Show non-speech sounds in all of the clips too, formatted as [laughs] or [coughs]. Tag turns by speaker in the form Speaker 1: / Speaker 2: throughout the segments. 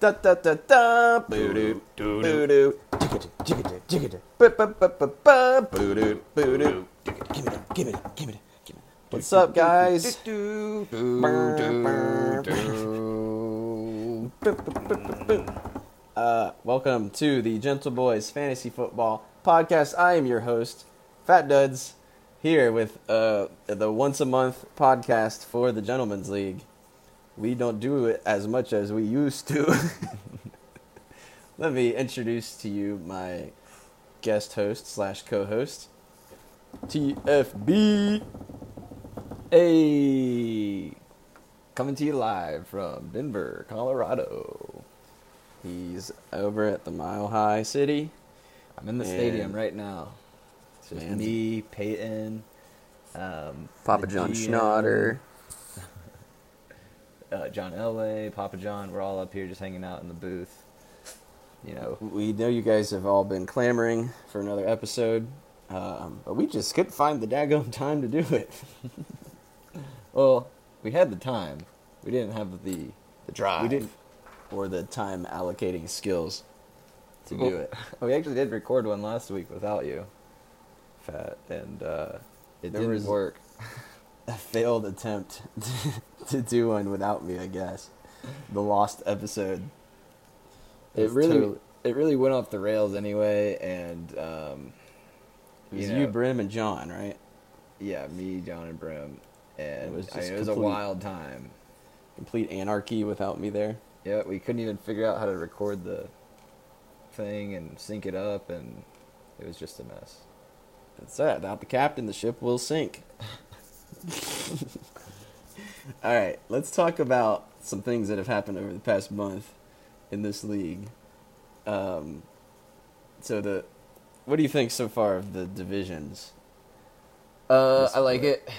Speaker 1: Da da da da. Boo doo. Boo doo. Tickety, tickety, tickety. Ba ba ba ba ba. Boo doo. Boo doo. Give me that. Give me that. Give me that. Give me that. What's up, guys? Brr, brr, brr. Boo, boo, boo, boo, boo. Uh, welcome to the Gentle Boys Fantasy Football Podcast. I am your host, Fat Duds, here with uh, the once a month podcast for the Gentlemen's League. We don't do it as much as we used to. [laughs] Let me introduce to you my guest host slash co-host, TFB. A coming to you live from Denver, Colorado. He's over at the Mile High City.
Speaker 2: I'm in the
Speaker 1: And-
Speaker 2: stadium right now. It's just
Speaker 1: Man's-
Speaker 2: me, Peyton, um,
Speaker 1: Papa
Speaker 2: the
Speaker 1: John
Speaker 2: GM,
Speaker 1: Schnatter.
Speaker 2: uh, John Elway, Papa John. We're all up here just hanging out in the booth. You know,
Speaker 1: We know you guys have all been clamoring for another episode, um, but we just couldn't find the daggone [laughs] time to do it.
Speaker 2: well, we had the time. We didn't have the
Speaker 1: The drive.
Speaker 2: We didn't-
Speaker 1: or the time allocating skills to do
Speaker 2: Well-
Speaker 1: it.
Speaker 2: [laughs] We actually did record one last week without you, Fat, and uh, it
Speaker 1: There
Speaker 2: didn't
Speaker 1: was-
Speaker 2: work.
Speaker 1: a failed attempt [laughs] to do one without me, I guess. The lost episode.
Speaker 2: It
Speaker 1: It's
Speaker 2: really,
Speaker 1: totally-
Speaker 2: it really went off the rails anyway, and um,
Speaker 1: It was
Speaker 2: You
Speaker 1: you,
Speaker 2: know.
Speaker 1: Brim, and John, right?
Speaker 2: yeah, me, John, and Brim, and
Speaker 1: It was
Speaker 2: I mean,
Speaker 1: just
Speaker 2: it was a
Speaker 1: complete-
Speaker 2: wild time.
Speaker 1: Complete anarchy without me there.
Speaker 2: Yeah, we couldn't even figure out how to record the thing and sync it up, and it was just a mess.
Speaker 1: That's that. Without the captain, the ship will sink. [laughs] All right, let's talk about some things that have happened over the past month in this league. Um, so the, what do you think so far of the divisions?
Speaker 2: Uh,
Speaker 1: That's
Speaker 2: I like
Speaker 1: what-
Speaker 2: it.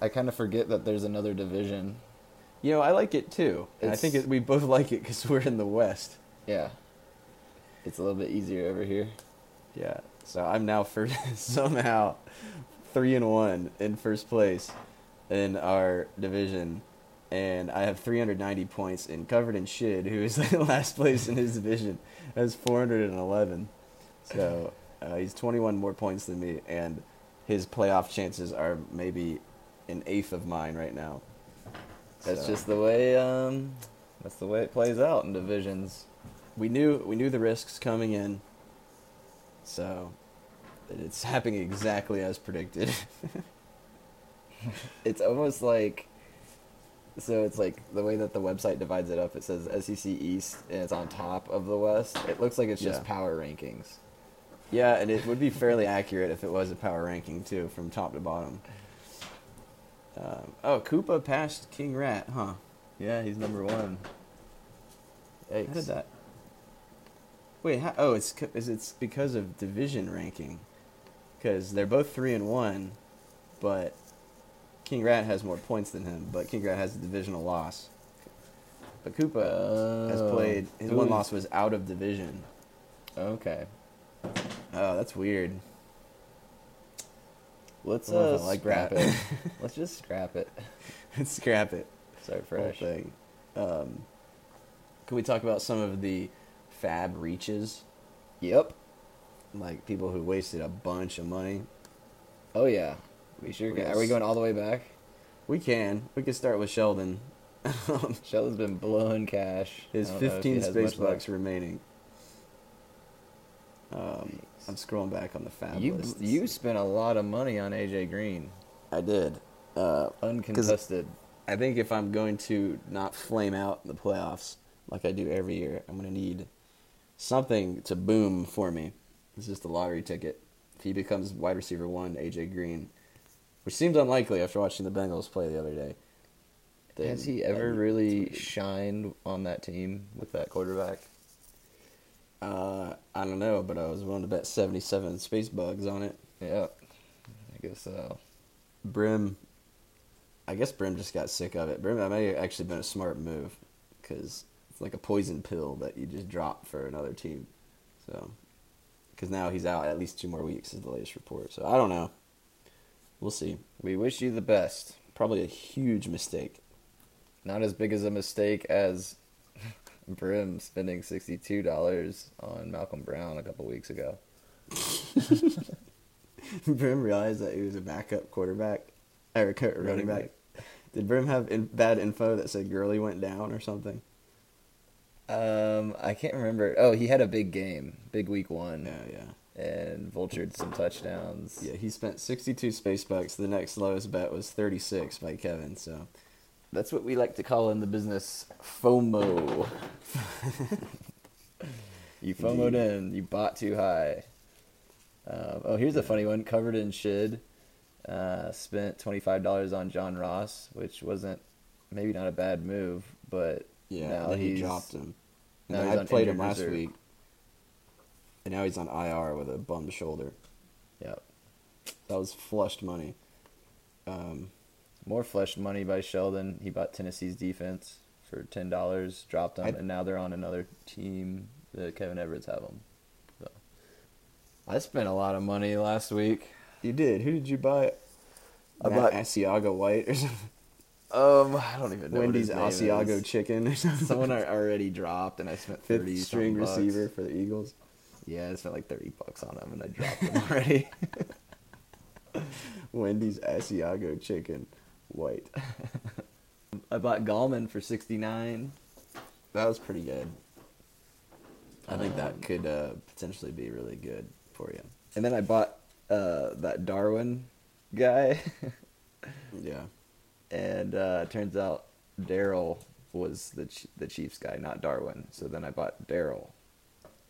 Speaker 2: I kind of forget that there's another division.
Speaker 1: You know, I like it too. And I
Speaker 2: It's-
Speaker 1: think it, we both [laughs] like it because we're in the West.
Speaker 2: Yeah, it's a little bit easier over here.
Speaker 1: Yeah. So I'm now for [laughs] somehow three and one in first place in our division, and I have 390 points. And covered in shit, who is [laughs] in last place in his division, has 411. So uh, he's 21 more points than me, and his playoff chances are maybe an eighth of mine right now.
Speaker 2: That's
Speaker 1: So-
Speaker 2: just the way. Um, that's the way it plays out in divisions.
Speaker 1: we knew we knew the risks coming in, so it's [laughs] happening exactly as predicted. [laughs]
Speaker 2: It's almost like. So it's like the way that the website divides it up. It says SEC East, and it's on top of the West. It looks like it's just
Speaker 1: Yeah.
Speaker 2: power rankings.
Speaker 1: yeah, and it would be fairly accurate if it was a power ranking too, from top to bottom. Um, oh, Koopa passed King Rat, huh?
Speaker 2: Yeah, he's number one.
Speaker 1: How did that? Wait, how, oh, it's co- is it's because of division ranking, because they're both three and one, but King Rat has more points than him, but King Rat has a divisional loss. But Koopa has
Speaker 2: Oh.
Speaker 1: played. His
Speaker 2: Who
Speaker 1: one
Speaker 2: is-
Speaker 1: loss was out of division.
Speaker 2: Okay.
Speaker 1: Oh, that's weird.
Speaker 2: Let's
Speaker 1: I don't know
Speaker 2: uh,
Speaker 1: if I like
Speaker 2: scrap
Speaker 1: that.
Speaker 2: it.
Speaker 1: [laughs]
Speaker 2: Let's just scrap it.
Speaker 1: Scrap it.
Speaker 2: Start
Speaker 1: Whole
Speaker 2: fresh.
Speaker 1: thing. Um, can we talk about some of the fab reaches,
Speaker 2: Yep.
Speaker 1: like people who wasted a bunch of money?
Speaker 2: Oh yeah. We sure.
Speaker 1: We
Speaker 2: Can.
Speaker 1: gotta
Speaker 2: Are we
Speaker 1: s-
Speaker 2: going all the way back?
Speaker 1: We can. We can start with Sheldon. [laughs]
Speaker 2: Sheldon's been blowing cash.
Speaker 1: His
Speaker 2: I don't know if
Speaker 1: 15
Speaker 2: he has
Speaker 1: space
Speaker 2: much left.
Speaker 1: bucks remaining. Um, I'm scrolling back on the fab
Speaker 2: You
Speaker 1: list.
Speaker 2: you spent a lot of money on AJ Green,
Speaker 1: I did. Uh,
Speaker 2: uncontested.
Speaker 1: I think if I'm going to not flame out in the playoffs like I do every year, I'm going to need something to boom for me. It's just a lottery ticket. If he becomes wide receiver one, AJ Green, which seems unlikely after watching the Bengals play the other day. then
Speaker 2: Has he ever
Speaker 1: that'd be-
Speaker 2: really
Speaker 1: that's weird.
Speaker 2: shined on that team with that quarterback?
Speaker 1: Uh, I don't know, but I was willing to bet 77 space bugs on it.
Speaker 2: Yeah, I guess so.
Speaker 1: Brim, I guess Brim just got sick of it. Brim, that may have actually been a smart move because it's like a poison pill that you just drop for another team. So, because now he's out at least two more weeks is the latest report. So I don't know. We'll see.
Speaker 2: We wish you the best.
Speaker 1: Probably a huge mistake. [laughs]
Speaker 2: Not as [laughs] big as a mistake as Brim spending sixty-two dollars on Malcolm Brown a couple weeks ago. Brim realized that he was a backup quarterback or co- running,
Speaker 1: Running
Speaker 2: back.
Speaker 1: back.
Speaker 2: Did Brim have in- bad info that said Gurley went down or something? Um, I can't remember. Oh, he had a big game, big week one,
Speaker 1: Yeah, yeah.
Speaker 2: and vultured some touchdowns.
Speaker 1: Yeah, he spent 62 space bucks. The next lowest bet was 36 by Kevin, so.
Speaker 2: That's what we like to call in the business FOMO.
Speaker 1: [laughs]
Speaker 2: you FOMO'd in. You bought too high. Um, oh, here's a funny one. Covered in shid. Uh, spent twenty five dollars on John Ross, which wasn't maybe not a bad move, but
Speaker 1: Yeah,
Speaker 2: now
Speaker 1: then he
Speaker 2: he's-
Speaker 1: dropped him. And
Speaker 2: now
Speaker 1: then
Speaker 2: he's
Speaker 1: I
Speaker 2: on
Speaker 1: played
Speaker 2: injured
Speaker 1: him last
Speaker 2: reserve.
Speaker 1: week. And now he's on IR with a bummed shoulder.
Speaker 2: Yep.
Speaker 1: That was flushed money. Um,
Speaker 2: More flushed money by Sheldon. He bought Tennessee's defense for ten dollars, dropped them,
Speaker 1: I-
Speaker 2: and now they're on another team. The Kevin Everett's have them. So. I spent a lot of money last week.
Speaker 1: you did. Who did you buy?
Speaker 2: I
Speaker 1: Matt
Speaker 2: bought-
Speaker 1: Asiago White or something.
Speaker 2: Um, [laughs] I don't even know. what
Speaker 1: Wendy's
Speaker 2: his name
Speaker 1: Asiago
Speaker 2: [laughs] is.
Speaker 1: Chicken or something.
Speaker 2: Someone I already dropped, and I spent thirty
Speaker 1: Fifth string
Speaker 2: -something bucks.
Speaker 1: receiver for the Eagles.
Speaker 2: Yeah, I spent like thirty bucks on him, and I dropped him [laughs] already.
Speaker 1: Wendy's Asiago Chicken White.
Speaker 2: I bought Gallman for sixty nine.
Speaker 1: That was pretty good. I think that could uh, potentially be really good for you.
Speaker 2: And then I bought uh, that Darwin guy, [laughs]
Speaker 1: Yeah.
Speaker 2: and uh, turns out Daryl was the Ch- the Chiefs guy, not Darwin. So then I bought Daryl.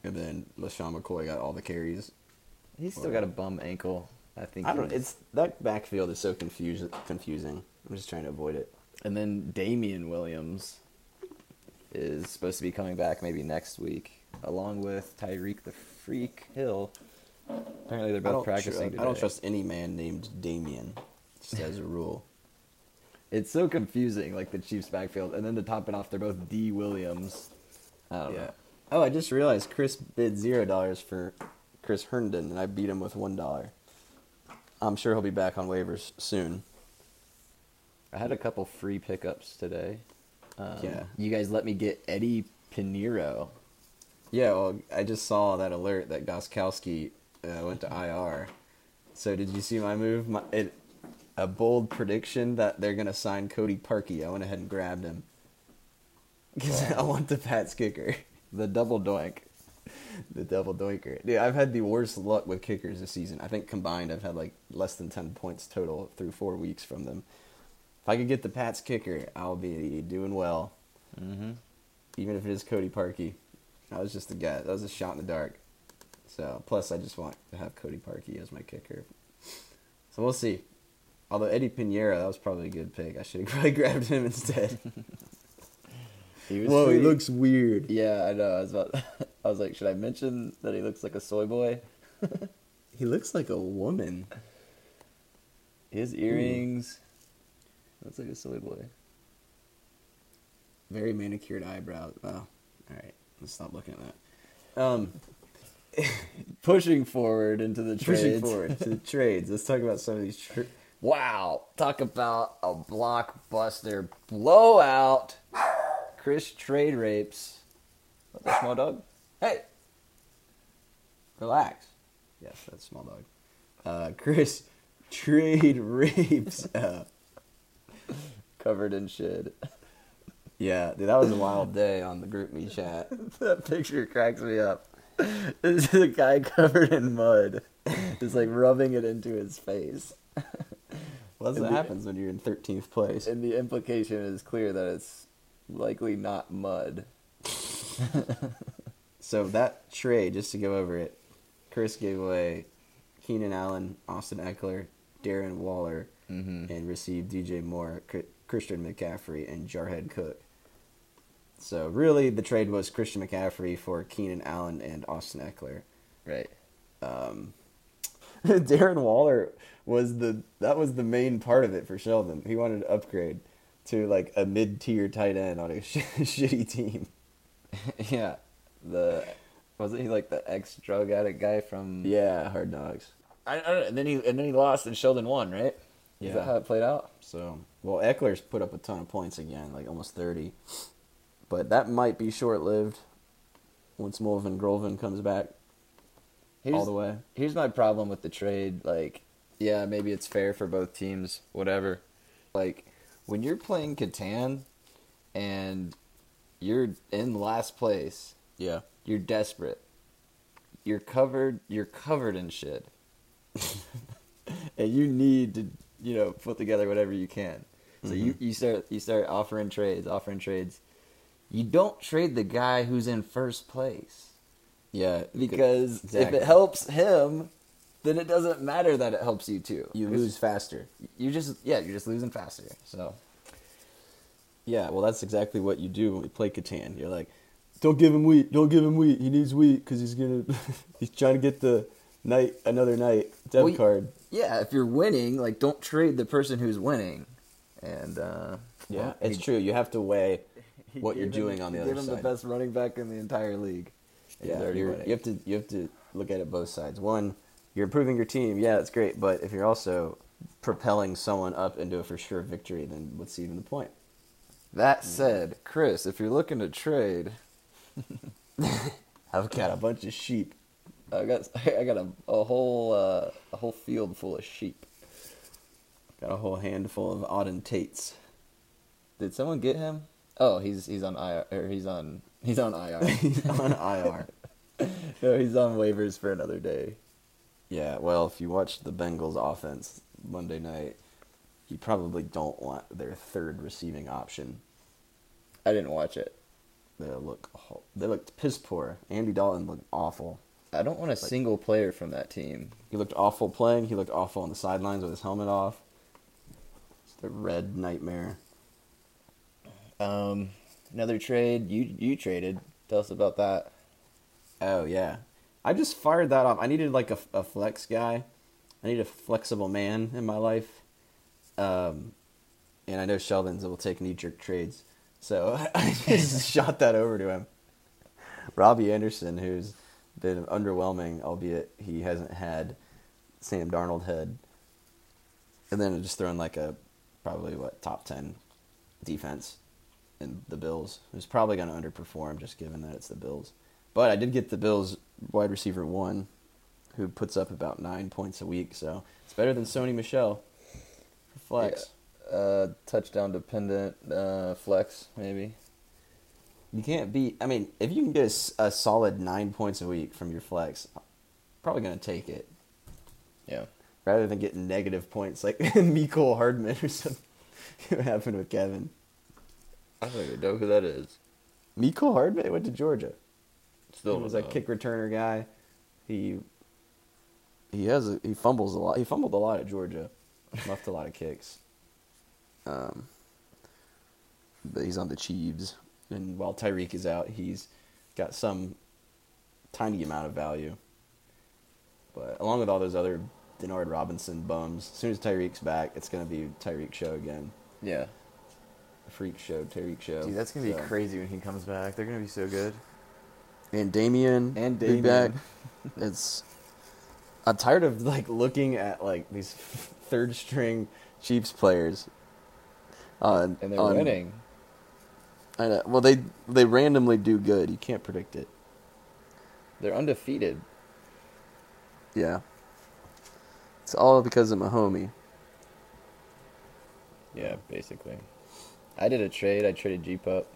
Speaker 1: And then LaShawn McCoy got all the carries.
Speaker 2: He's still got a bum ankle. I think.
Speaker 1: I don't.
Speaker 2: he's-
Speaker 1: It's that backfield is so confused, confusing. I'm just trying to avoid it.
Speaker 2: And then Damian Williams is supposed to be coming back maybe next week, along with Tyreek the Freak Hill. Apparently they're
Speaker 1: I
Speaker 2: both
Speaker 1: don't,
Speaker 2: practicing.
Speaker 1: tru- I don't
Speaker 2: today.
Speaker 1: trust any man named Damien. Just as a rule.
Speaker 2: It's so confusing, like the Chiefs backfield, and then to top it off, they're both D Williams. I don't know.
Speaker 1: Oh, [laughs] I just realized Chris bid zero dollars for Chris Herndon, and I beat him with one dollar. I'm sure he'll be back on waivers soon.
Speaker 2: I had a couple free pickups today. Um,
Speaker 1: Yeah.
Speaker 2: You guys let me get Eddie Pinero.
Speaker 1: Yeah, well, I just saw that alert that Goskowski uh, went to IR. So did you see my move? My, it, a bold prediction that they're gonna sign Cody Parkey. I went ahead and grabbed him [laughs] because I want the Pats kicker. [laughs]
Speaker 2: The double doink.
Speaker 1: The double doinker. Dude, I've had the worst luck with kickers this season. I think combined, I've had like less than 10 points total through four weeks from them. If I could get the Pats kicker, I'll be doing well.
Speaker 2: Mm-hmm.
Speaker 1: Even if it is Cody Parkey. That was just a guy. That was a shot in the dark. So, plus, I just want to have Cody Parkey as my kicker. So, we'll see. Although Eddie Pinheiro, that was probably a good pick. I should have [laughs] probably grabbed him instead.
Speaker 2: He was
Speaker 1: Whoa, he
Speaker 2: sweet.
Speaker 1: looks weird.
Speaker 2: Yeah, I know. I was about. [laughs] I was like, should I mention that he looks like a soy boy?
Speaker 1: He looks like a woman.
Speaker 2: His earrings. That's like a soy boy.
Speaker 1: Very manicured eyebrows. Wow. All right. Let's stop looking at that. Um,
Speaker 2: [laughs] Pushing forward into the trades.
Speaker 1: pushing forward to [laughs] the trades. Let's talk about some of these. Tra-
Speaker 2: [laughs] Wow, talk about a blockbuster blowout. Chris trade rapes. What the small dog? Hey.
Speaker 1: Relax. Yes, that's small dog. Uh, Chris, [laughs] trade rapes. Uh,
Speaker 2: Covered in shit.
Speaker 1: yeah, dude, that was a wild day on the group me chat.
Speaker 2: [laughs] that picture cracks me up. This is a guy covered in mud. Just like rubbing it into his face.
Speaker 1: Well, that's
Speaker 2: And
Speaker 1: what
Speaker 2: the-
Speaker 1: happens when you're in 13th place.
Speaker 2: And the implication is clear that it's likely not mud.
Speaker 1: So that trade, just to go over it, Chris gave away Keenan Allen, Austin Eckler, Darren Waller,
Speaker 2: Mhm.
Speaker 1: and received DJ Moore, Cr- Christian McCaffrey, and Jarhead Cook. So really, the trade was Christian McCaffrey for Keenan Allen and Austin Eckler.
Speaker 2: Right.
Speaker 1: Um, [laughs] Darren Waller was the that was the main part of it for Sheldon. He wanted to upgrade to like a mid tier tight end on a [laughs] sh- shitty team.
Speaker 2: yeah. The wasn't he like the ex drug addict guy from
Speaker 1: Yeah, hard dogs.
Speaker 2: I, I don't, and then he and then he lost and Sheldon won, right? Is
Speaker 1: Yeah.
Speaker 2: that how it played out?
Speaker 1: So, well, Eckler's put up a ton of points again, like almost 30. But that might be short lived once Mulvin Grovin comes back
Speaker 2: Here's,
Speaker 1: all the way.
Speaker 2: here's my problem with the trade. Like, yeah, maybe it's fair for both teams, whatever. Like, when you're playing Catan and you're in last place,
Speaker 1: Yeah.
Speaker 2: you're desperate. You're covered. You're covered in shit, [laughs] and you need to, you know, put together whatever you can. So you, you start you start offering trades, offering trades. You don't trade the guy who's in first place
Speaker 1: Yeah. you could-
Speaker 2: because if
Speaker 1: Exactly.
Speaker 2: it helps him, then it doesn't matter that it helps you too.
Speaker 1: you
Speaker 2: 'Cause
Speaker 1: lose faster.
Speaker 2: You just yeah, you're just losing faster. So
Speaker 1: Yeah, well, that's exactly what you do when we play Catan. You're like, don't give him wheat. Don't give him wheat. He needs wheat because he's gonna. [laughs] he's trying to get the knight another knight debit
Speaker 2: Well, you-
Speaker 1: card.
Speaker 2: yeah, if you're winning, like don't trade the person who's winning. And uh,
Speaker 1: Yeah,
Speaker 2: well,
Speaker 1: it's
Speaker 2: he-
Speaker 1: true. You have to weigh
Speaker 2: [laughs] he
Speaker 1: what you're
Speaker 2: gave him-
Speaker 1: doing on the
Speaker 2: he
Speaker 1: other
Speaker 2: gave him
Speaker 1: side.
Speaker 2: the best running back in the entire league. And he's
Speaker 1: yeah,
Speaker 2: already
Speaker 1: you're-
Speaker 2: winning.
Speaker 1: you have to you have to look at it both sides. One, you're improving your team. Yeah, that's great. But if you're also propelling someone up into a for sure victory, then what's even the point?
Speaker 2: That said, Chris, if you're looking to trade,
Speaker 1: I've got a bunch of sheep.
Speaker 2: I got [laughs] I got a, a whole uh, a whole field full of sheep.
Speaker 1: Got a whole handful of Auden Tates.
Speaker 2: Did someone get him? Oh, he's he's on IR. Or he's on he's on [laughs] IR.
Speaker 1: [laughs] on IR.
Speaker 2: no, he's on waivers for another day.
Speaker 1: Yeah, well, if you watched the Bengals offense Monday night, you probably don't want their third receiving option.
Speaker 2: I didn't watch it.
Speaker 1: They look ho- they looked piss poor. Andy Dalton looked awful.
Speaker 2: I don't want a single player from that team.
Speaker 1: He looked awful playing. He looked awful on the sidelines with his helmet off. It's the red nightmare.
Speaker 2: Um, another trade you you traded. Tell us about that.
Speaker 1: Oh yeah, I just fired that off. I needed like a, a flex guy. I need a flexible man in my life. Um, and I know Sheldon's will take knee jerk trades, so [laughs] I just shot that over to him. Robbie Anderson, who's been underwhelming, albeit he hasn't had Sam Darnold head, and then just throwing like a probably what top ten defense in the Bills, who's probably going to underperform just given that it's the Bills. But I did get the Bills wide receiver one, who puts up about nine points a week, so it's better than Sony Michelle for flex.
Speaker 2: Uh, touchdown dependent uh, flex maybe.
Speaker 1: You can't beat. I mean, if you can get a s- a, solid nine points a week from your flex, probably going to take it
Speaker 2: Yeah.
Speaker 1: rather than getting negative points like [laughs] Miko Hardman or something. [laughs] what happened with Kevin?
Speaker 2: I don't even know who that is.
Speaker 1: Miko Hardman went to Georgia.
Speaker 2: Still
Speaker 1: he was a kick returner guy. He he has a, he fumbles a lot. He fumbled a lot at [laughs] Georgia. Left a lot of kicks. Um, but he's on the Chiefs, and while Tyreek is out, he's got some tiny amount of value. But along with all those other Denard Robinson bums, as soon as Tyreek's back, it's gonna be Tyreek show again.
Speaker 2: Yeah.
Speaker 1: Freak show, Tyreek show.
Speaker 2: Dude, that's gonna be
Speaker 1: So-
Speaker 2: crazy when he comes back. They're gonna be so good.
Speaker 1: and Damien
Speaker 2: And
Speaker 1: be
Speaker 2: Damien.
Speaker 1: [laughs] It's I'm tired of like looking at like these third string Chiefs players. On,
Speaker 2: And they're
Speaker 1: on-
Speaker 2: winning.
Speaker 1: I know. Well, they they randomly do good. You can't predict it.
Speaker 2: They're undefeated.
Speaker 1: Yeah. It's all because of Mahomie.
Speaker 2: Yeah, basically. I did a trade. I traded G Pup.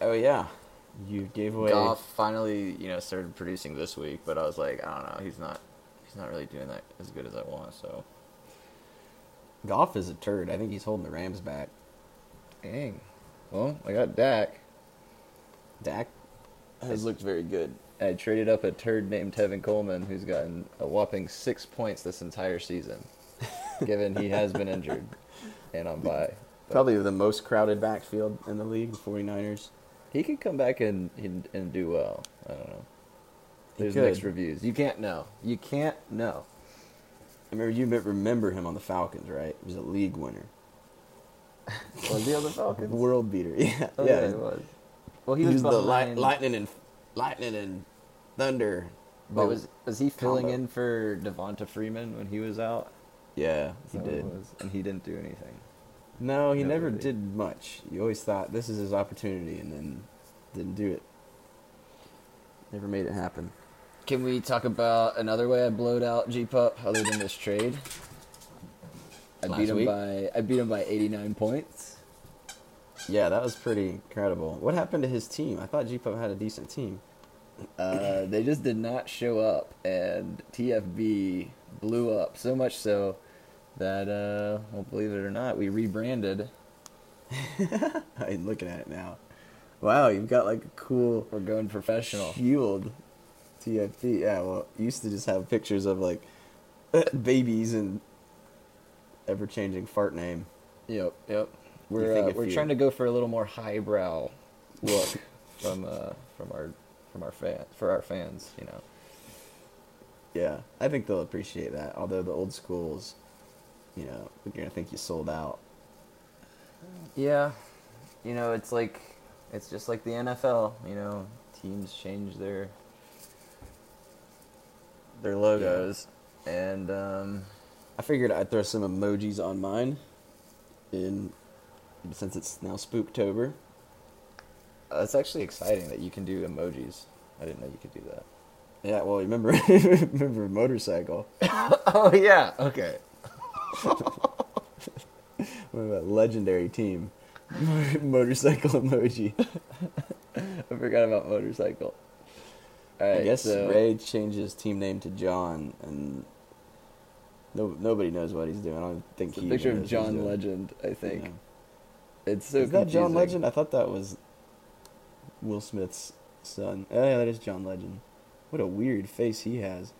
Speaker 1: Oh yeah. You gave away.
Speaker 2: Goff finally, you know, started producing this week, but I was like, I don't know, he's not, he's not really doing that as good as I want. So,
Speaker 1: Goff is a turd. I think he's holding the Rams back.
Speaker 2: dang. Well, I got Dak.
Speaker 1: Dak has looked very good.
Speaker 2: I traded up a turd named Tevin Coleman, who's gotten a whopping six points this entire season, given he has been injured and on bye. But
Speaker 1: Probably the most crowded backfield in the league, the 49ers.
Speaker 2: he could come back and, and and do well. I don't know.
Speaker 1: He
Speaker 2: There's
Speaker 1: could.
Speaker 2: mixed reviews. You can't know. You can't know.
Speaker 1: I remember you remember him on the Falcons, right? He was a league winner.
Speaker 2: Was he on the Falcons?
Speaker 1: World beater. [laughs] Yeah.
Speaker 2: Oh,
Speaker 1: yeah.
Speaker 2: yeah, he was. Well,
Speaker 1: He was the light,
Speaker 2: behind-
Speaker 1: lightning and lightning and thunder.
Speaker 2: Wait, Oh, was was he filling
Speaker 1: combo.
Speaker 2: in for Devonta Freeman when he was out?
Speaker 1: yeah,
Speaker 2: Is
Speaker 1: he
Speaker 2: that what Oh, it
Speaker 1: did.
Speaker 2: was? and he didn't do anything.
Speaker 1: No, he
Speaker 2: No,
Speaker 1: never
Speaker 2: he-
Speaker 1: did much. You always thought this is his opportunity, and then
Speaker 2: Didn't do it. Never made it happen. Can we talk about another way I blowed out G Pup other than this trade? I
Speaker 1: Last
Speaker 2: beat him
Speaker 1: week?
Speaker 2: by I beat him by 89 points.
Speaker 1: Yeah, that was pretty incredible. What happened to his team? I thought G Pup had a decent team. [laughs]
Speaker 2: Uh, they just did not show up, and TFB blew up so much so that, uh, well, believe it or not, we rebranded.
Speaker 1: I'm looking at it now. Wow, you've got like a cool
Speaker 2: We're going professional.
Speaker 1: shield TFT. Yeah, well, you used to just have pictures of like [laughs] babies and ever changing fart name.
Speaker 2: Yep, yep.
Speaker 1: You
Speaker 2: We're
Speaker 1: think
Speaker 2: uh,
Speaker 1: if
Speaker 2: we're
Speaker 1: you-
Speaker 2: trying to go for a little more highbrow look from uh, from our from our fan for our fans, you know.
Speaker 1: Yeah, I think they'll appreciate that. Although the old schools, you know, you're gonna think you sold out.
Speaker 2: Yeah, you know, it's like it's just like the NFL. You know, teams change their their logos, and um,
Speaker 1: I figured I'd throw some emojis on mine, in since it's now Spooktober.
Speaker 2: uh, it's actually exciting that you can do emojis. I didn't know you could do that.
Speaker 1: Yeah, well, remember [laughs] remember motorcycle.
Speaker 2: Oh yeah. Okay.
Speaker 1: What about legendary team? [laughs] motorcycle emoji.
Speaker 2: [laughs] I forgot about motorcycle. All right,
Speaker 1: I guess
Speaker 2: so
Speaker 1: Ray changed his team name to John, and no, nobody knows what he's doing. I don't think
Speaker 2: it's a
Speaker 1: he.
Speaker 2: picture
Speaker 1: even
Speaker 2: of
Speaker 1: knows what he's
Speaker 2: John
Speaker 1: doing.
Speaker 2: Legend, I think.
Speaker 1: Yeah.
Speaker 2: It's so
Speaker 1: is that John
Speaker 2: confusing.
Speaker 1: Legend? I thought that was Will Smith's son. Oh yeah, that is John Legend. What a weird face he has.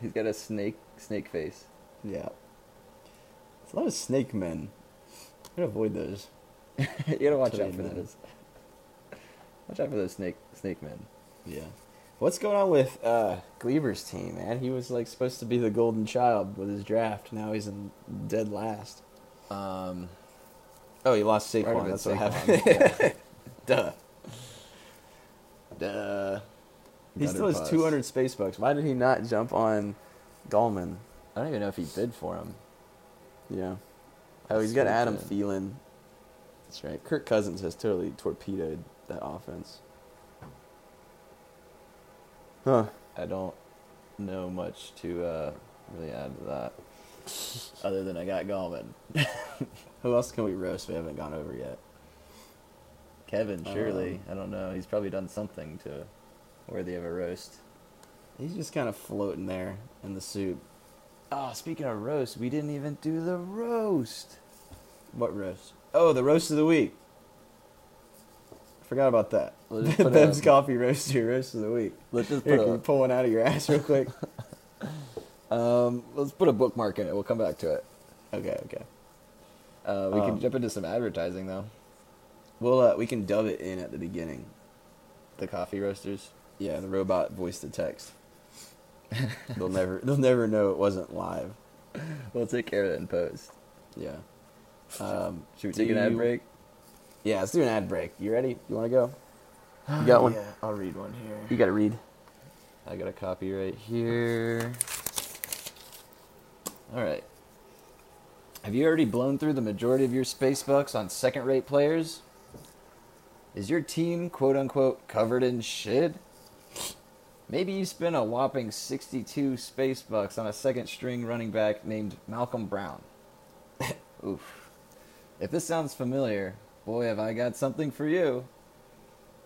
Speaker 2: He's got a snake snake face. [laughs]
Speaker 1: Yeah, it's a lot of snake men. I gotta avoid those.
Speaker 2: you gotta watch out
Speaker 1: Totally
Speaker 2: for
Speaker 1: not.
Speaker 2: those. Watch out for those snake snake men.
Speaker 1: Yeah. What's going on with uh, Gleber's team, man? He was like supposed to be the golden child with his draft. Now he's in dead last.
Speaker 2: Um,
Speaker 1: Oh, he lost Saquon.
Speaker 2: Right about
Speaker 1: That's what
Speaker 2: Saquon,
Speaker 1: happened. [laughs]
Speaker 2: [laughs] yeah.
Speaker 1: Duh. Duh. He
Speaker 2: Gutter
Speaker 1: still has
Speaker 2: bust.
Speaker 1: 200 space bucks. Why did he not jump on Gallman?
Speaker 2: I don't even know if he bid for him.
Speaker 1: Yeah. Oh, he's got Adam Thielen. That's right. Kirk Cousins has totally torpedoed that offense. Huh.
Speaker 2: I don't know much to uh, really add to that, other than I got Gallman.
Speaker 1: [laughs] Who else can we roast we haven't gone over yet?
Speaker 2: Kevin, surely.
Speaker 1: Um,
Speaker 2: I don't know. He's probably done something to worthy of a roast.
Speaker 1: He's just kind of floating there in the soup.
Speaker 2: Oh, speaking of roast, we didn't even do the roast.
Speaker 1: What roast? Oh, the roast of the week. Forgot about that.
Speaker 2: We'll
Speaker 1: [laughs]
Speaker 2: just put
Speaker 1: Bev's
Speaker 2: a-
Speaker 1: coffee roast your roast of the week.
Speaker 2: Let's just
Speaker 1: Here,
Speaker 2: put
Speaker 1: can
Speaker 2: a-
Speaker 1: you pull one out of your ass real quick? [laughs]
Speaker 2: Um, let's put a bookmark in it. We'll come back to it.
Speaker 1: okay, okay.
Speaker 2: Uh, we
Speaker 1: Um,
Speaker 2: can jump into some advertising though.
Speaker 1: We'll uh, we can dub it in at the beginning.
Speaker 2: The coffee roasters.
Speaker 1: Yeah, the robot voice to text. they'll never they'll never know it wasn't live.
Speaker 2: We'll take care of that in post.
Speaker 1: Yeah. Um,
Speaker 2: Should we
Speaker 1: do
Speaker 2: take an ad
Speaker 1: you-
Speaker 2: break?
Speaker 1: Yeah, let's do an ad break. You ready? You want to go? You got one.
Speaker 2: Ah, I'll read one here.
Speaker 1: You got to read.
Speaker 2: I got a copy right here. All right. Have you already blown through the majority of your space bucks on second rate players? Is your team, quote unquote, covered in shit? Maybe you spent a whopping 62 space bucks on a second string running back named Malcolm Brown. [laughs] Oof. If this sounds familiar, boy, have I got something for you.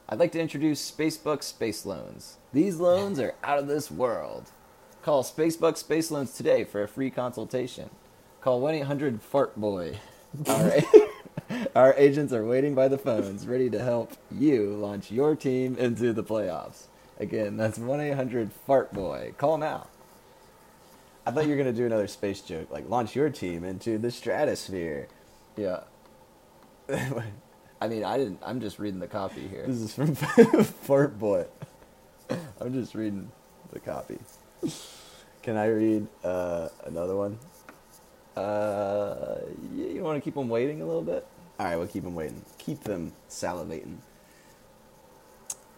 Speaker 2: I'd like to introduce Spacebuck Space Loans. These loans are out of this world. Call Spacebuck Space Loans today for a free consultation. Call 1 800 FartBoy. Our, a- [laughs] our agents are waiting by the phones, ready to help you launch your team into the playoffs. Again, that's 1 800 FartBoy. Call now.
Speaker 1: I thought you were gonna do another space joke, like launch your team into the stratosphere.
Speaker 2: Yeah. [laughs] I mean, I didn't. I'm just reading the copy here.
Speaker 1: This is from [laughs] Fart Boy.
Speaker 2: I'm just reading the copy.
Speaker 1: Can I read uh, another one?
Speaker 2: Uh, you, you want to keep them waiting a little bit?
Speaker 1: All right, we'll keep them waiting. Keep them salivating.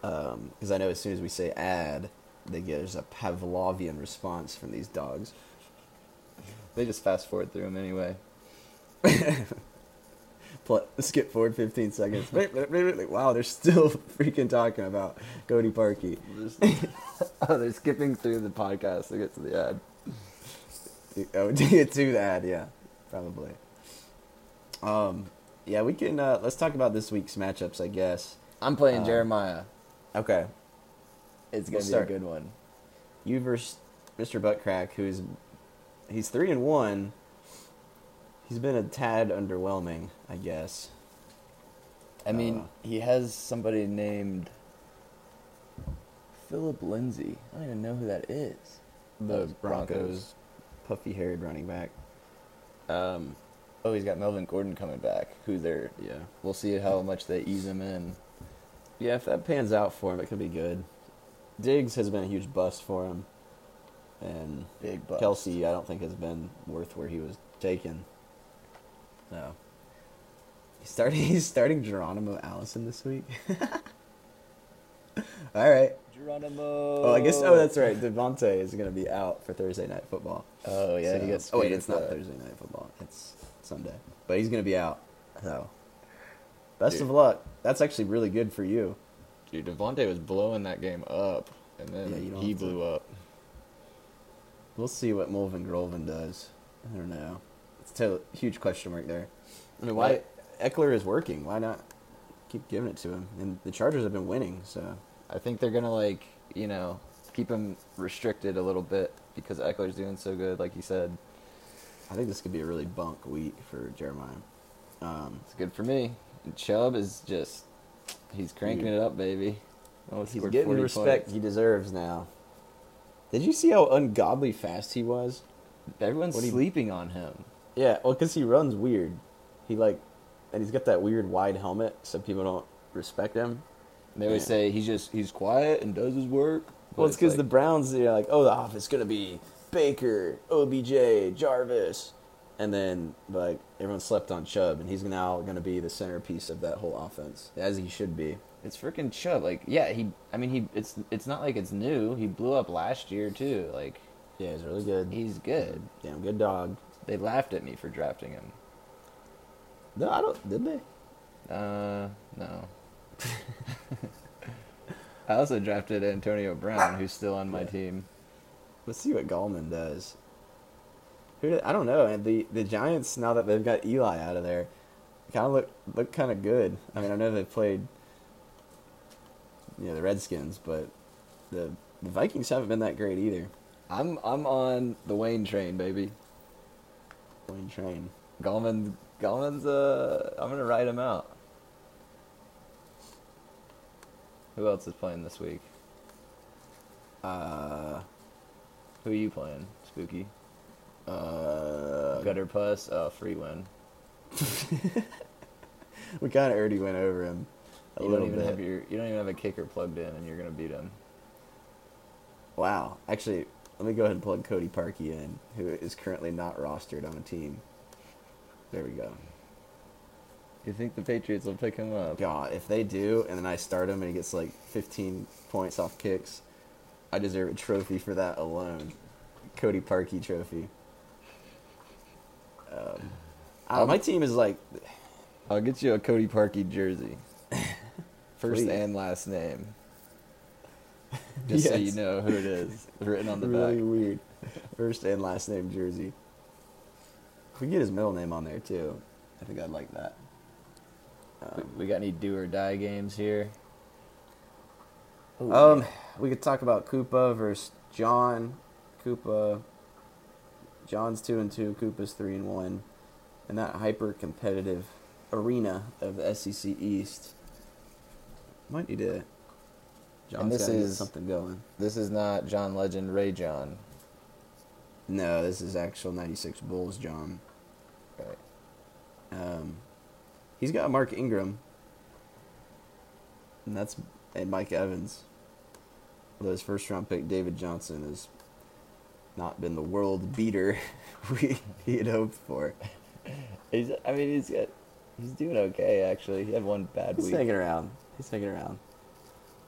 Speaker 1: Because I know as soon as we say ad, they get, there's a Pavlovian response from these dogs.
Speaker 2: They just fast forward through them anyway.
Speaker 1: pl- skip forward 15 seconds. like, wow, they're still freaking talking about Cody Parkey. [laughs] oh, they're skipping through the podcast to get to the ad. [laughs] Oh, to get to the ad, yeah, probably. Um, yeah, we can. Uh, let's talk about this week's matchups, I guess. I'm playing Jeremiah. Okay, it's gonna be a good one. You versus Mr. Buttcrack, who's he's three and one. He's been a tad underwhelming, I guess. I mean, he has somebody named Philip Lindsay. I don't even know who that is. The Broncos. puffy haired running back. Um, oh, he's got Melvin Gordon coming back. Who they're yeah. We'll see how much they ease him in. Yeah, if that pans out for him, it could be good. Diggs has been a huge bust for him, and
Speaker 2: Big bust.
Speaker 1: Kelsey, I don't think has been worth where he was taken. No. He's starting. [laughs] He's starting Geronimo Allison this week. [laughs] All right.
Speaker 2: Geronimo.
Speaker 1: Oh, I guess. Oh, that's right. Devontae is going to be out for Thursday night football.
Speaker 2: Oh, yeah, he
Speaker 1: So-
Speaker 2: gets
Speaker 1: oh wait,
Speaker 2: paid
Speaker 1: it's
Speaker 2: for
Speaker 1: not
Speaker 2: that.
Speaker 1: Thursday night football. It's Sunday, but he's going to be out. So, best of luck. That's actually really good for you.
Speaker 2: Dude, Devontae was blowing that game up, and then
Speaker 1: Yeah, you don't
Speaker 2: he
Speaker 1: have to-
Speaker 2: blew up.
Speaker 1: We'll see what Mulvin Grolvin does. I don't know. It's a huge question mark there. I mean, why Eckler is working? Why not keep giving it to him? And the Chargers have been winning, so
Speaker 2: I think they're gonna like you know keep him restricted a little bit because Eckler's doing so good, like you said.
Speaker 1: I think this could be a really bunk week for Jeremiah. Um,
Speaker 2: It's good for me. And Chubb is just he's cranking
Speaker 1: Dude.
Speaker 2: it up, baby. Oh,
Speaker 1: he's getting the respect he deserves now. Did you see how ungodly fast he was?
Speaker 2: Everyone's
Speaker 1: What do you-
Speaker 2: sleeping on him.
Speaker 1: Yeah, well, because he runs weird. He like, and he's got that weird wide helmet, so people don't respect him.
Speaker 2: And they always
Speaker 1: Yeah.
Speaker 2: say he's just he's quiet and does his work. but
Speaker 1: Well, it's because the
Speaker 2: like,
Speaker 1: Browns are like, oh, the offense gonna be Baker, OBJ, Jarvis, and then like everyone slept on Chubb, and he's now gonna be the centerpiece of that whole offense, as he should be.
Speaker 2: it's freaking Chubb. Like yeah, he. I mean he. It's it's not like it's new. He blew up last year too. Like
Speaker 1: Yeah, he's really good.
Speaker 2: he's good.
Speaker 1: damn good dog.
Speaker 2: They laughed at me for drafting him.
Speaker 1: No, I don't. Did they?
Speaker 2: Uh, no. [laughs] I also drafted Antonio Brown, who's still on my
Speaker 1: Yeah.
Speaker 2: team.
Speaker 1: Let's see what Gallman does. Who did, I don't know. And the the Giants now that they've got Eli out of there, kind of look look kind of good. I mean, I know they've played, you know, the Redskins, but the the Vikings haven't been that great either.
Speaker 2: I'm I'm on the Wayne train, baby.
Speaker 1: Wayne Train.
Speaker 2: Gallman Gallman's uh I'm gonna ride him out. Who else is playing this week?
Speaker 1: Uh,
Speaker 2: Who are you playing? Spooky.
Speaker 1: uh,
Speaker 2: Gutter puss. Oh, free win.
Speaker 1: we kind of already went over him a
Speaker 2: you don't
Speaker 1: little
Speaker 2: even
Speaker 1: bit.
Speaker 2: have your you don't even have a kicker plugged in, and you're gonna beat him.
Speaker 1: Wow. Actually, let me go ahead and plug Cody Parkey in, who is currently not rostered on a team. There we go.
Speaker 2: You think the Patriots will pick him up?
Speaker 1: God, if they do, and then I start him and he gets like 15 points off kicks, I deserve a trophy for that alone. Cody Parkey trophy. Um, I don't know, my team is like,
Speaker 2: I'll get you a Cody Parkey jersey.
Speaker 1: [laughs]
Speaker 2: First
Speaker 1: Please.
Speaker 2: and last name. Just so you
Speaker 1: Yes.
Speaker 2: know who it is written on the
Speaker 1: really
Speaker 2: back.
Speaker 1: weird. First and last name jersey. If we get his middle name on there too, I think I'd like that. Um,
Speaker 2: We got any do or die games here?
Speaker 1: Um, we could talk about Koopa versus John. Koopa. John's two and two. Koopa's three and one. In that hyper competitive arena of the SEC East, might need to. John's
Speaker 2: this
Speaker 1: got to get
Speaker 2: is-
Speaker 1: something going.
Speaker 2: This is not John Legend, Ray John.
Speaker 1: No, this is actual '96 Bulls, John.
Speaker 2: Right.
Speaker 1: Um, he's got Mark Ingram, and that's and Mike Evans. Although his first round pick, David Johnson, has not been the world beater [laughs] we he had hoped for.
Speaker 2: He's, I mean, he's got, he's doing okay actually. He had one bad
Speaker 1: He's
Speaker 2: week.
Speaker 1: hanging around. He's hanging around.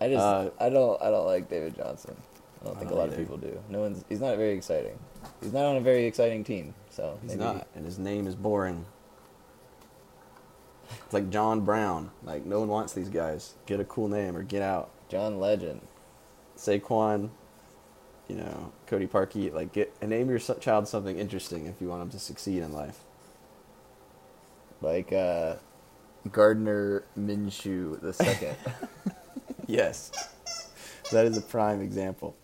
Speaker 2: I just,
Speaker 1: uh,
Speaker 2: I don't, I don't like David Johnson. I don't
Speaker 1: I
Speaker 2: think
Speaker 1: don't
Speaker 2: a lot
Speaker 1: either.
Speaker 2: of people do. No one's, he's not very exciting. He's not on a very exciting team, so
Speaker 1: He's
Speaker 2: maybe-
Speaker 1: not, and his name is boring. It's like John Brown. Like no one wants these guys. Get a cool name or get out.
Speaker 3: John Legend.
Speaker 1: Saquon, you know, Cody Parkey. Like get and name your so- child something interesting if you want them to succeed in life.
Speaker 3: Like uh Gardner Minshew
Speaker 1: [laughs]
Speaker 3: the
Speaker 2: [laughs]
Speaker 3: second.
Speaker 1: Yes, that is a prime example.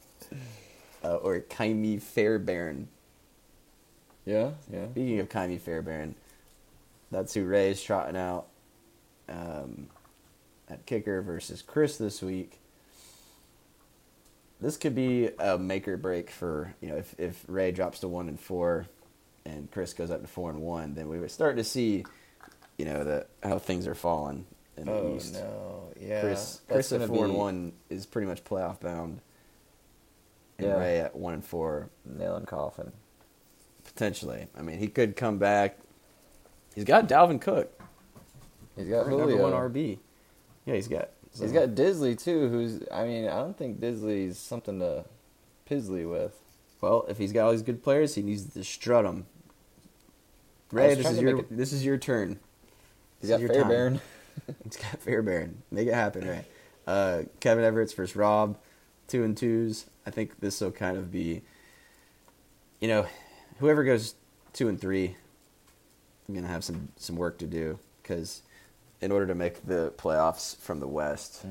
Speaker 1: Uh, or Kaimi Fairbairn.
Speaker 3: yeah, yeah.
Speaker 1: Speaking of Kaimi Fairbairn, that's who Ray is trotting out um, at kicker versus Chris this week. This could be a make or break for you know if, if Ray drops to one and four, and Chris goes up to four and one, then we would start to see, you know, the how things are falling in the
Speaker 3: Oh
Speaker 1: East.
Speaker 3: no. Yeah.
Speaker 1: Chris
Speaker 3: That's
Speaker 1: Chris at
Speaker 3: gonna
Speaker 1: four and
Speaker 3: be
Speaker 1: one is pretty much playoff bound, and
Speaker 2: Yeah.
Speaker 1: Ray at one and four
Speaker 2: Nail and coffin.
Speaker 1: potentially. I mean, he could come back. He's got Dalvin Cook.
Speaker 2: He's got
Speaker 1: Number
Speaker 2: Julio.
Speaker 1: one RB. Yeah, he's got.
Speaker 2: uh, He's got Disley too. Who's I mean I don't think Disley's something to pizzly with.
Speaker 1: Well, if he's got all these good players, he needs to strut them.
Speaker 2: I
Speaker 1: Ray,
Speaker 2: was
Speaker 1: this
Speaker 2: trying
Speaker 1: is
Speaker 2: to
Speaker 1: your
Speaker 2: make
Speaker 1: this is your turn. This
Speaker 2: He's got
Speaker 1: is your time.
Speaker 2: Fairbairn. [laughs]
Speaker 1: [laughs] He's got Fairbairn. Make it happen, Ray. Uh, Kevin Everett's versus Rob, two and twos. I think this will kind of be, you know, whoever goes two and three, I'm gonna have some some work to do because in order to make the playoffs from the West,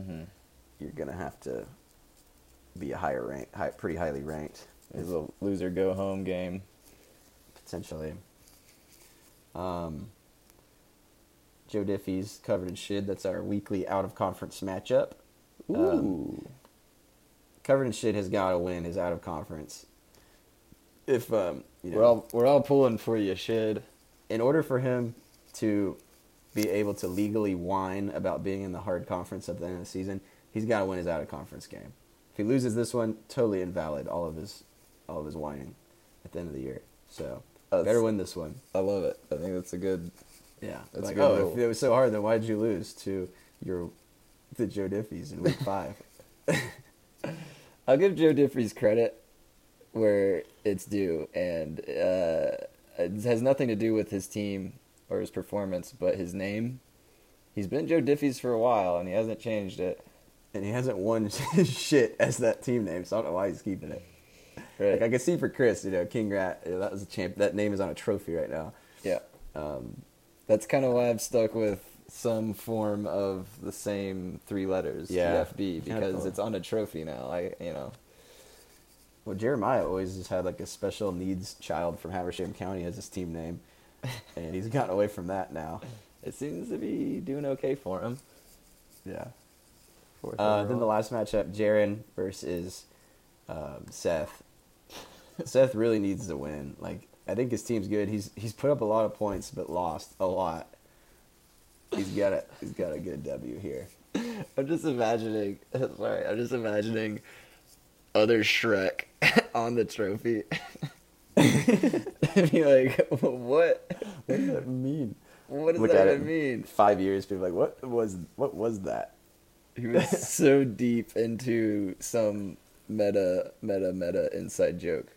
Speaker 1: you're gonna have to be a higher rank, high, pretty highly ranked.
Speaker 2: His little loser go home game.
Speaker 1: potentially. Um, Joe Diffie's covered in shit. That's our weekly out of conference matchup. Um, covered in shit has got to win his out of conference. If um, you know,
Speaker 2: We're all we're all pulling for you, shid.
Speaker 1: in order for him to be able to legally whine about being in the hard conference at the end of the season, he's got to win his out of conference game. If he loses this one, totally invalid all of his all of his whining at the end of the year. So
Speaker 2: Us.
Speaker 1: better win this one.
Speaker 2: I love it. I think that's a good
Speaker 1: Yeah,
Speaker 2: That's
Speaker 1: like,
Speaker 2: a good
Speaker 1: oh, if
Speaker 2: rule.
Speaker 1: it was so hard, then why did you lose to your the Joe Diffie's in
Speaker 2: [laughs]
Speaker 1: week five?
Speaker 2: I'll give Joe Diffrey's credit where it's due, and uh, it has nothing to do with his team or his performance, but his name. He's been Joe Diffie's for a while, and he hasn't changed it.
Speaker 1: and he hasn't won [laughs] shit as that team name, so I don't know why he's keeping it. Like I can see for Chris, you know, King Rat, you know, that was a champ. That name is on a trophy right now.
Speaker 2: yeah. Um, that's kind of why I've stuck with some form of the same three letters,
Speaker 1: Yeah.
Speaker 2: TFB,
Speaker 1: Kinda
Speaker 2: because
Speaker 1: cool.
Speaker 2: it's on a trophy now. I, you know,
Speaker 1: Well, Jeremiah always just had like a special needs child from Haversham County as his team name, and he's gotten away from that now.
Speaker 2: it seems to be doing okay for him.
Speaker 1: Yeah.
Speaker 2: Fourth
Speaker 1: Uh, then
Speaker 2: overall.
Speaker 1: the last matchup, Jaren versus um, Seth. Seth really needs to win. Like I think his team's good. He's he's put up a lot of points, but lost a lot. He's got a he's got to get a W here. [laughs]
Speaker 2: I'm just imagining. [laughs] Sorry, I'm just imagining other Shrek [laughs] on the trophy. [laughs] Be like, what?
Speaker 1: What does that mean?
Speaker 2: What does
Speaker 1: Look
Speaker 2: that
Speaker 1: at
Speaker 2: even
Speaker 1: it.
Speaker 2: mean?
Speaker 1: Five years, people are like what was what was that?
Speaker 2: He was so deep into some meta, meta, meta inside joke.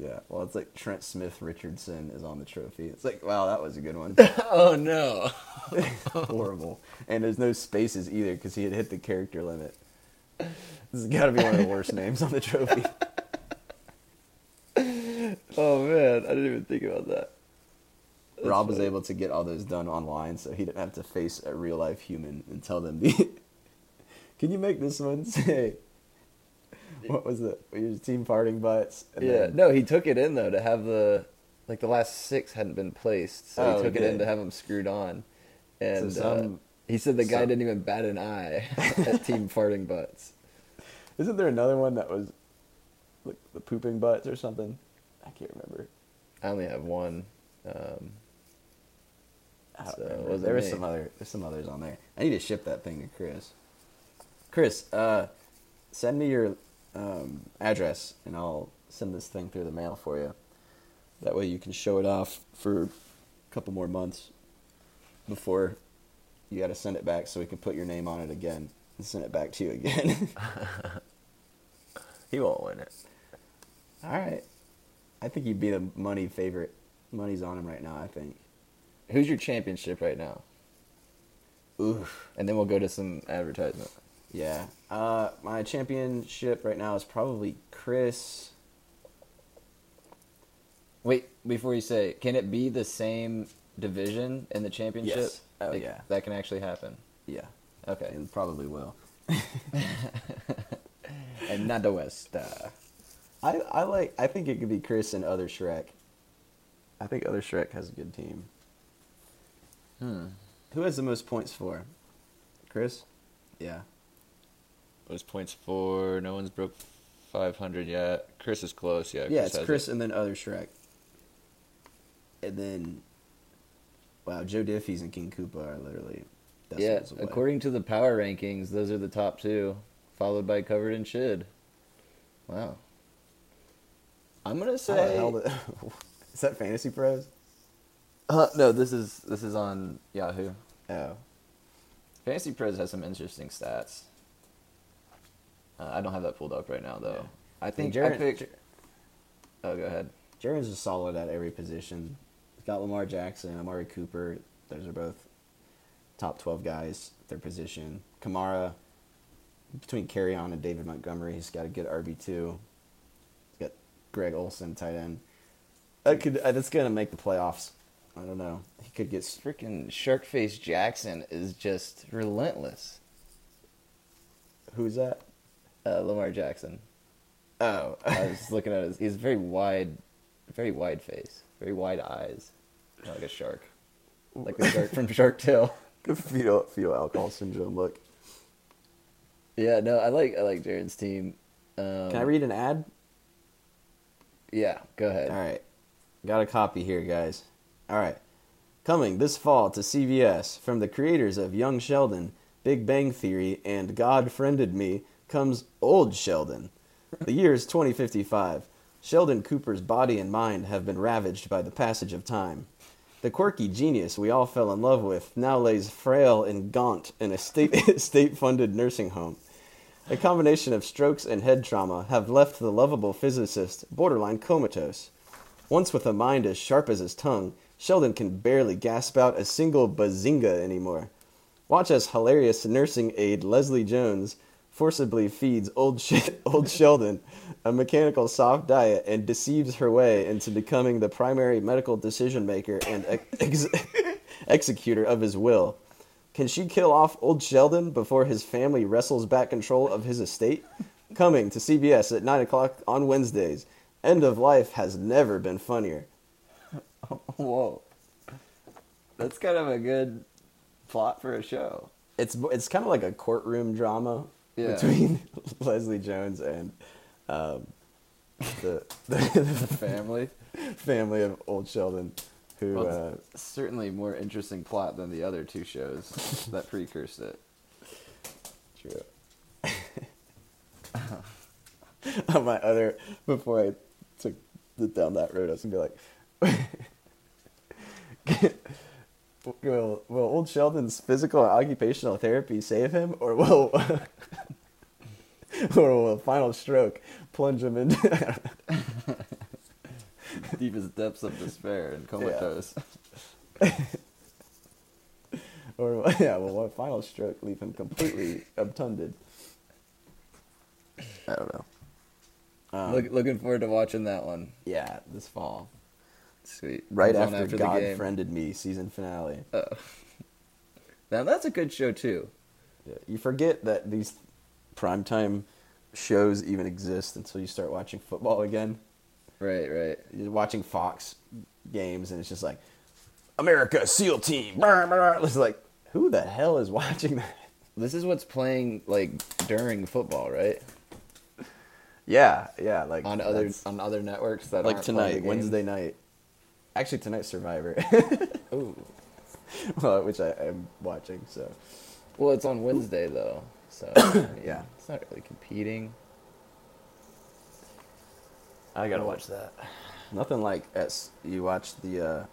Speaker 1: Yeah. Well, it's like Trent Smith Richardson is on the trophy. It's like wow, that was a good one.
Speaker 2: Oh no! [laughs]
Speaker 1: Horrible. And there's no spaces either because he had hit the character limit. This has got to be one of the worst names on the
Speaker 2: [laughs]
Speaker 1: trophy.
Speaker 2: Oh man, I didn't even think about that.
Speaker 1: Rob was able to get all those done online, so he didn't have to face a real life human and tell them the. [laughs] Can you make this one [laughs] say? What was the your team farting butts? And
Speaker 2: yeah,
Speaker 1: then-
Speaker 2: no, he took it in though to have the like the last six hadn't been placed, so
Speaker 1: Oh,
Speaker 2: he took it
Speaker 1: okay.
Speaker 2: in to have them screwed on, and
Speaker 1: some-
Speaker 2: uh, he said the guy
Speaker 1: some-
Speaker 2: didn't even bat an eye [laughs] at Team Farting Butts.
Speaker 1: Isn't there another one that was, like the pooping butts or something? I can't remember.
Speaker 2: I only have one. Um,
Speaker 1: I don't
Speaker 2: So, it
Speaker 1: remember.
Speaker 2: wasn't
Speaker 1: There was
Speaker 2: me.
Speaker 1: some other. There's some others on there. I need to ship that thing to Chris. Chris, uh, send me your um, address, and I'll send this thing through the mail for you. That way, you can show it off for a couple more months before you got to send it back, so we can put your name on it again and send it back to you again. [laughs]
Speaker 2: he won't win it.
Speaker 1: All right. I think you'd be the money favorite. Money's on him right now. I think.
Speaker 2: Who's your championship right now?
Speaker 1: Oof.
Speaker 2: and then we'll go to some advertisement.
Speaker 1: Yeah. Uh, my championship right now is probably Chris.
Speaker 2: Wait, before you say, can it be the same division in the championship?
Speaker 1: Yes. Oh,
Speaker 2: Like,
Speaker 1: yeah.
Speaker 2: That can actually happen.
Speaker 1: Yeah.
Speaker 2: Okay.
Speaker 1: It probably will.
Speaker 2: And not the West. uh,
Speaker 1: I, I like. I think it could be Chris and other Shrek. I think other Shrek has a good team.
Speaker 2: Hmm.
Speaker 1: Who has the most points for? Chris. Yeah.
Speaker 2: Those points for no one's broke 500 yet. Chris is close. Yeah.
Speaker 1: Yeah, it's
Speaker 2: has
Speaker 1: Chris
Speaker 2: it.
Speaker 1: and then other Shrek. And then, wow, Joe Diffie's and King Koopa are literally
Speaker 2: Yeah.
Speaker 1: decimals away.
Speaker 2: According to the power rankings, those are the top two, followed by covered in shid. Wow. I'm
Speaker 1: How
Speaker 2: gonna
Speaker 1: the [laughs]
Speaker 2: say.
Speaker 1: hell did- is that Fantasy Pros?
Speaker 2: Uh, no, this is this is on Yahoo.
Speaker 1: Oh,
Speaker 2: Fantasy Pros has some interesting stats. Uh, I don't have that pulled up right now though. I think I
Speaker 1: Jared-
Speaker 2: picked. Oh, go ahead.
Speaker 1: Jaren's just solid at every position. He's got Lamar Jackson, Amari Cooper. Those are both top twelve guys at their position. Kamara, between Carry On and David Montgomery, he's got a good RB two. He's got Greg Olson tight end. That could uh, that's gonna make the playoffs. I don't know. He could get s-
Speaker 2: Freaking Sharkface Jackson is just relentless.
Speaker 1: who's that?
Speaker 2: Uh, Lamar Jackson.
Speaker 1: Oh,
Speaker 2: I was just looking at his. He's very wide, very wide face, very wide eyes, Kinda like a shark,
Speaker 1: [laughs]
Speaker 2: like the [laughs] shark from Shark Tale.
Speaker 1: fetal fetal alcohol syndrome. Look,
Speaker 2: Yeah, no, I like I like Jared's team. Um,
Speaker 1: can I read an ad?
Speaker 2: Yeah, go ahead.
Speaker 1: All right. Got a copy here, guys. All right. Coming this fall to CVS from the creators of Young Sheldon, Big Bang Theory, and God Friended Me comes Old Sheldon. The year is 2055. Sheldon Cooper's body and mind have been ravaged by the passage of time. The quirky genius we all fell in love with now lays frail and gaunt in a state [laughs] state funded nursing home. A combination of strokes and head trauma have left the lovable physicist borderline comatose. Once with a mind as sharp as his tongue, Sheldon can barely gasp out a single bazinga anymore. Watch as hilarious nursing aide Leslie Jones forcibly feeds old, [laughs] sh- old Sheldon a mechanical soft diet and deceives her way into becoming the primary medical decision maker and ex- ex- [laughs] executor of his will. Can she kill off old Sheldon before his family wrestles back control of his estate? Coming to CBS at 9 o'clock on Wednesdays. End of life has never been funnier.
Speaker 2: Whoa, that's kind of a good plot for a show.
Speaker 1: It's, it's kind of like a courtroom drama
Speaker 2: Yeah.
Speaker 1: between [laughs] Leslie Jones and um, the, [laughs] the, [laughs]
Speaker 2: Family,
Speaker 1: the family of old Sheldon, who
Speaker 2: well,
Speaker 1: uh,
Speaker 2: it's certainly more interesting plot than the other two shows that precursed it.
Speaker 1: True. [laughs] On my other, before I took it down that road, I was gonna be like, [laughs] will will old Sheldon's physical and occupational therapy save him, or will [laughs] or will a final stroke plunge him into? [laughs]
Speaker 2: Deepest depths of despair and comatose.
Speaker 1: or yeah, will a final stroke leave him completely obtunded? I don't know. Um,
Speaker 2: Look, looking forward to watching that one.
Speaker 1: yeah, this fall.
Speaker 2: Sweet.
Speaker 1: right
Speaker 2: Comes on
Speaker 1: after, God
Speaker 2: the game.
Speaker 1: friended me season finale.
Speaker 2: Now that's a good show too.
Speaker 1: You forget that these primetime shows even exist until you start watching football again.
Speaker 2: Right, right.
Speaker 1: You're watching Fox games and it's just like America SEAL Team. [laughs] brr, brr." It's like who the hell is watching that? [laughs]
Speaker 2: This is what's playing like during football, right?
Speaker 1: Yeah, yeah, like
Speaker 2: On other
Speaker 1: that's-
Speaker 2: on other networks that
Speaker 1: like
Speaker 2: aren't playing the
Speaker 1: tonight,
Speaker 2: game.
Speaker 1: Wednesday night. Actually, tonight's Survivor, [laughs]
Speaker 2: Ooh.
Speaker 1: well, which I am watching. So
Speaker 2: Well, it's on Wednesday though,
Speaker 1: [coughs]
Speaker 2: so I mean,
Speaker 1: Yeah.
Speaker 2: it's not really competing.
Speaker 1: I gotta watch that. Nothing like as you watch the uh,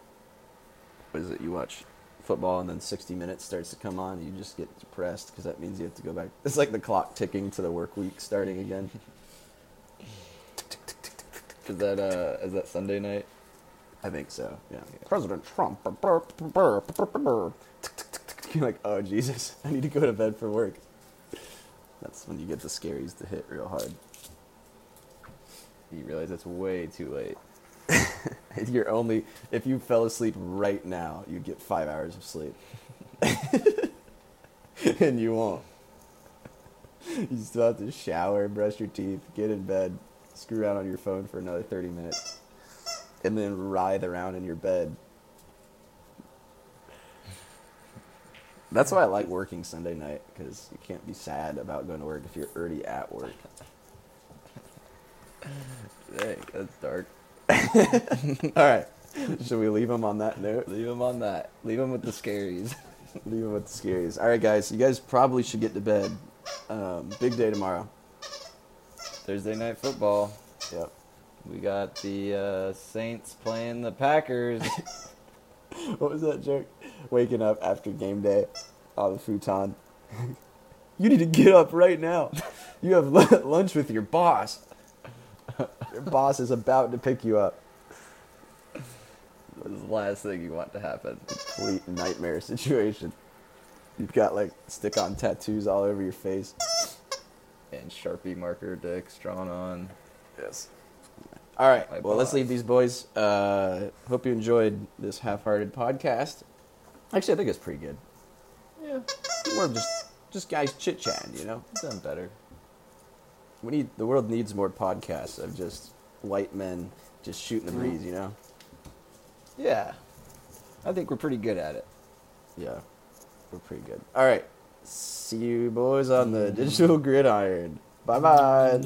Speaker 1: what is it? You watch football and then 60 minutes starts to come on and you just get depressed because that means you have to go back. [laughs] It's like the clock ticking to the work week starting again.
Speaker 2: Is that uh is that Sunday night?
Speaker 1: I think so. Yeah.
Speaker 4: President Trump.
Speaker 1: You're [laughs] like, oh Jesus, I need to go to bed for work. That's when you get the scaries to hit real hard.
Speaker 2: You realize it's way too late.
Speaker 1: [laughs] You're only if you fell asleep right now, you'd get five hours of sleep, [laughs] and you won't. You still have to shower, brush your teeth, get in bed, screw around on your phone for another thirty minutes, and then writhe around in your bed. That's why I like working Sunday night because you can't be sad about going to work if you're already at [laughs] work.
Speaker 2: Dang, that's dark.
Speaker 1: All right, should we leave him on that note?
Speaker 2: Leave him on that. Leave him with the scaries.
Speaker 1: Leave him with the scaries. All right, guys, you guys probably should get to bed. Um, big day tomorrow.
Speaker 2: [laughs] Thursday night football.
Speaker 1: Yep.
Speaker 2: We got the uh, Saints playing the
Speaker 1: [laughs]
Speaker 2: Packers.
Speaker 1: [laughs] What was that joke? Waking up after game day on the futon. [laughs] you need to get up right now. You have [laughs] lu- lunch with your boss. Your boss is about to pick you up.
Speaker 2: That's the last thing you want to happen.
Speaker 1: Complete nightmare [laughs] situation. You've got like stick on tattoos all over your face.
Speaker 2: And Sharpie marker dicks drawn on.
Speaker 1: Yes. All right.
Speaker 2: My
Speaker 1: well, let's
Speaker 2: boss.
Speaker 1: leave these boys. Uh, hope you enjoyed this half-hearted podcast. Actually, I think it's pretty good.
Speaker 2: Yeah,
Speaker 1: We're just just guys chit-chatting, you know.
Speaker 2: done better.
Speaker 1: We need the world needs more podcasts of just white men just shooting the
Speaker 2: Mm-hmm.
Speaker 1: breeze, you know.
Speaker 2: Yeah, I think we're pretty good at it.
Speaker 1: Yeah, we're pretty good. All right, [laughs]
Speaker 2: Mm-hmm.
Speaker 1: see you boys on the digital gridiron. Bye bye.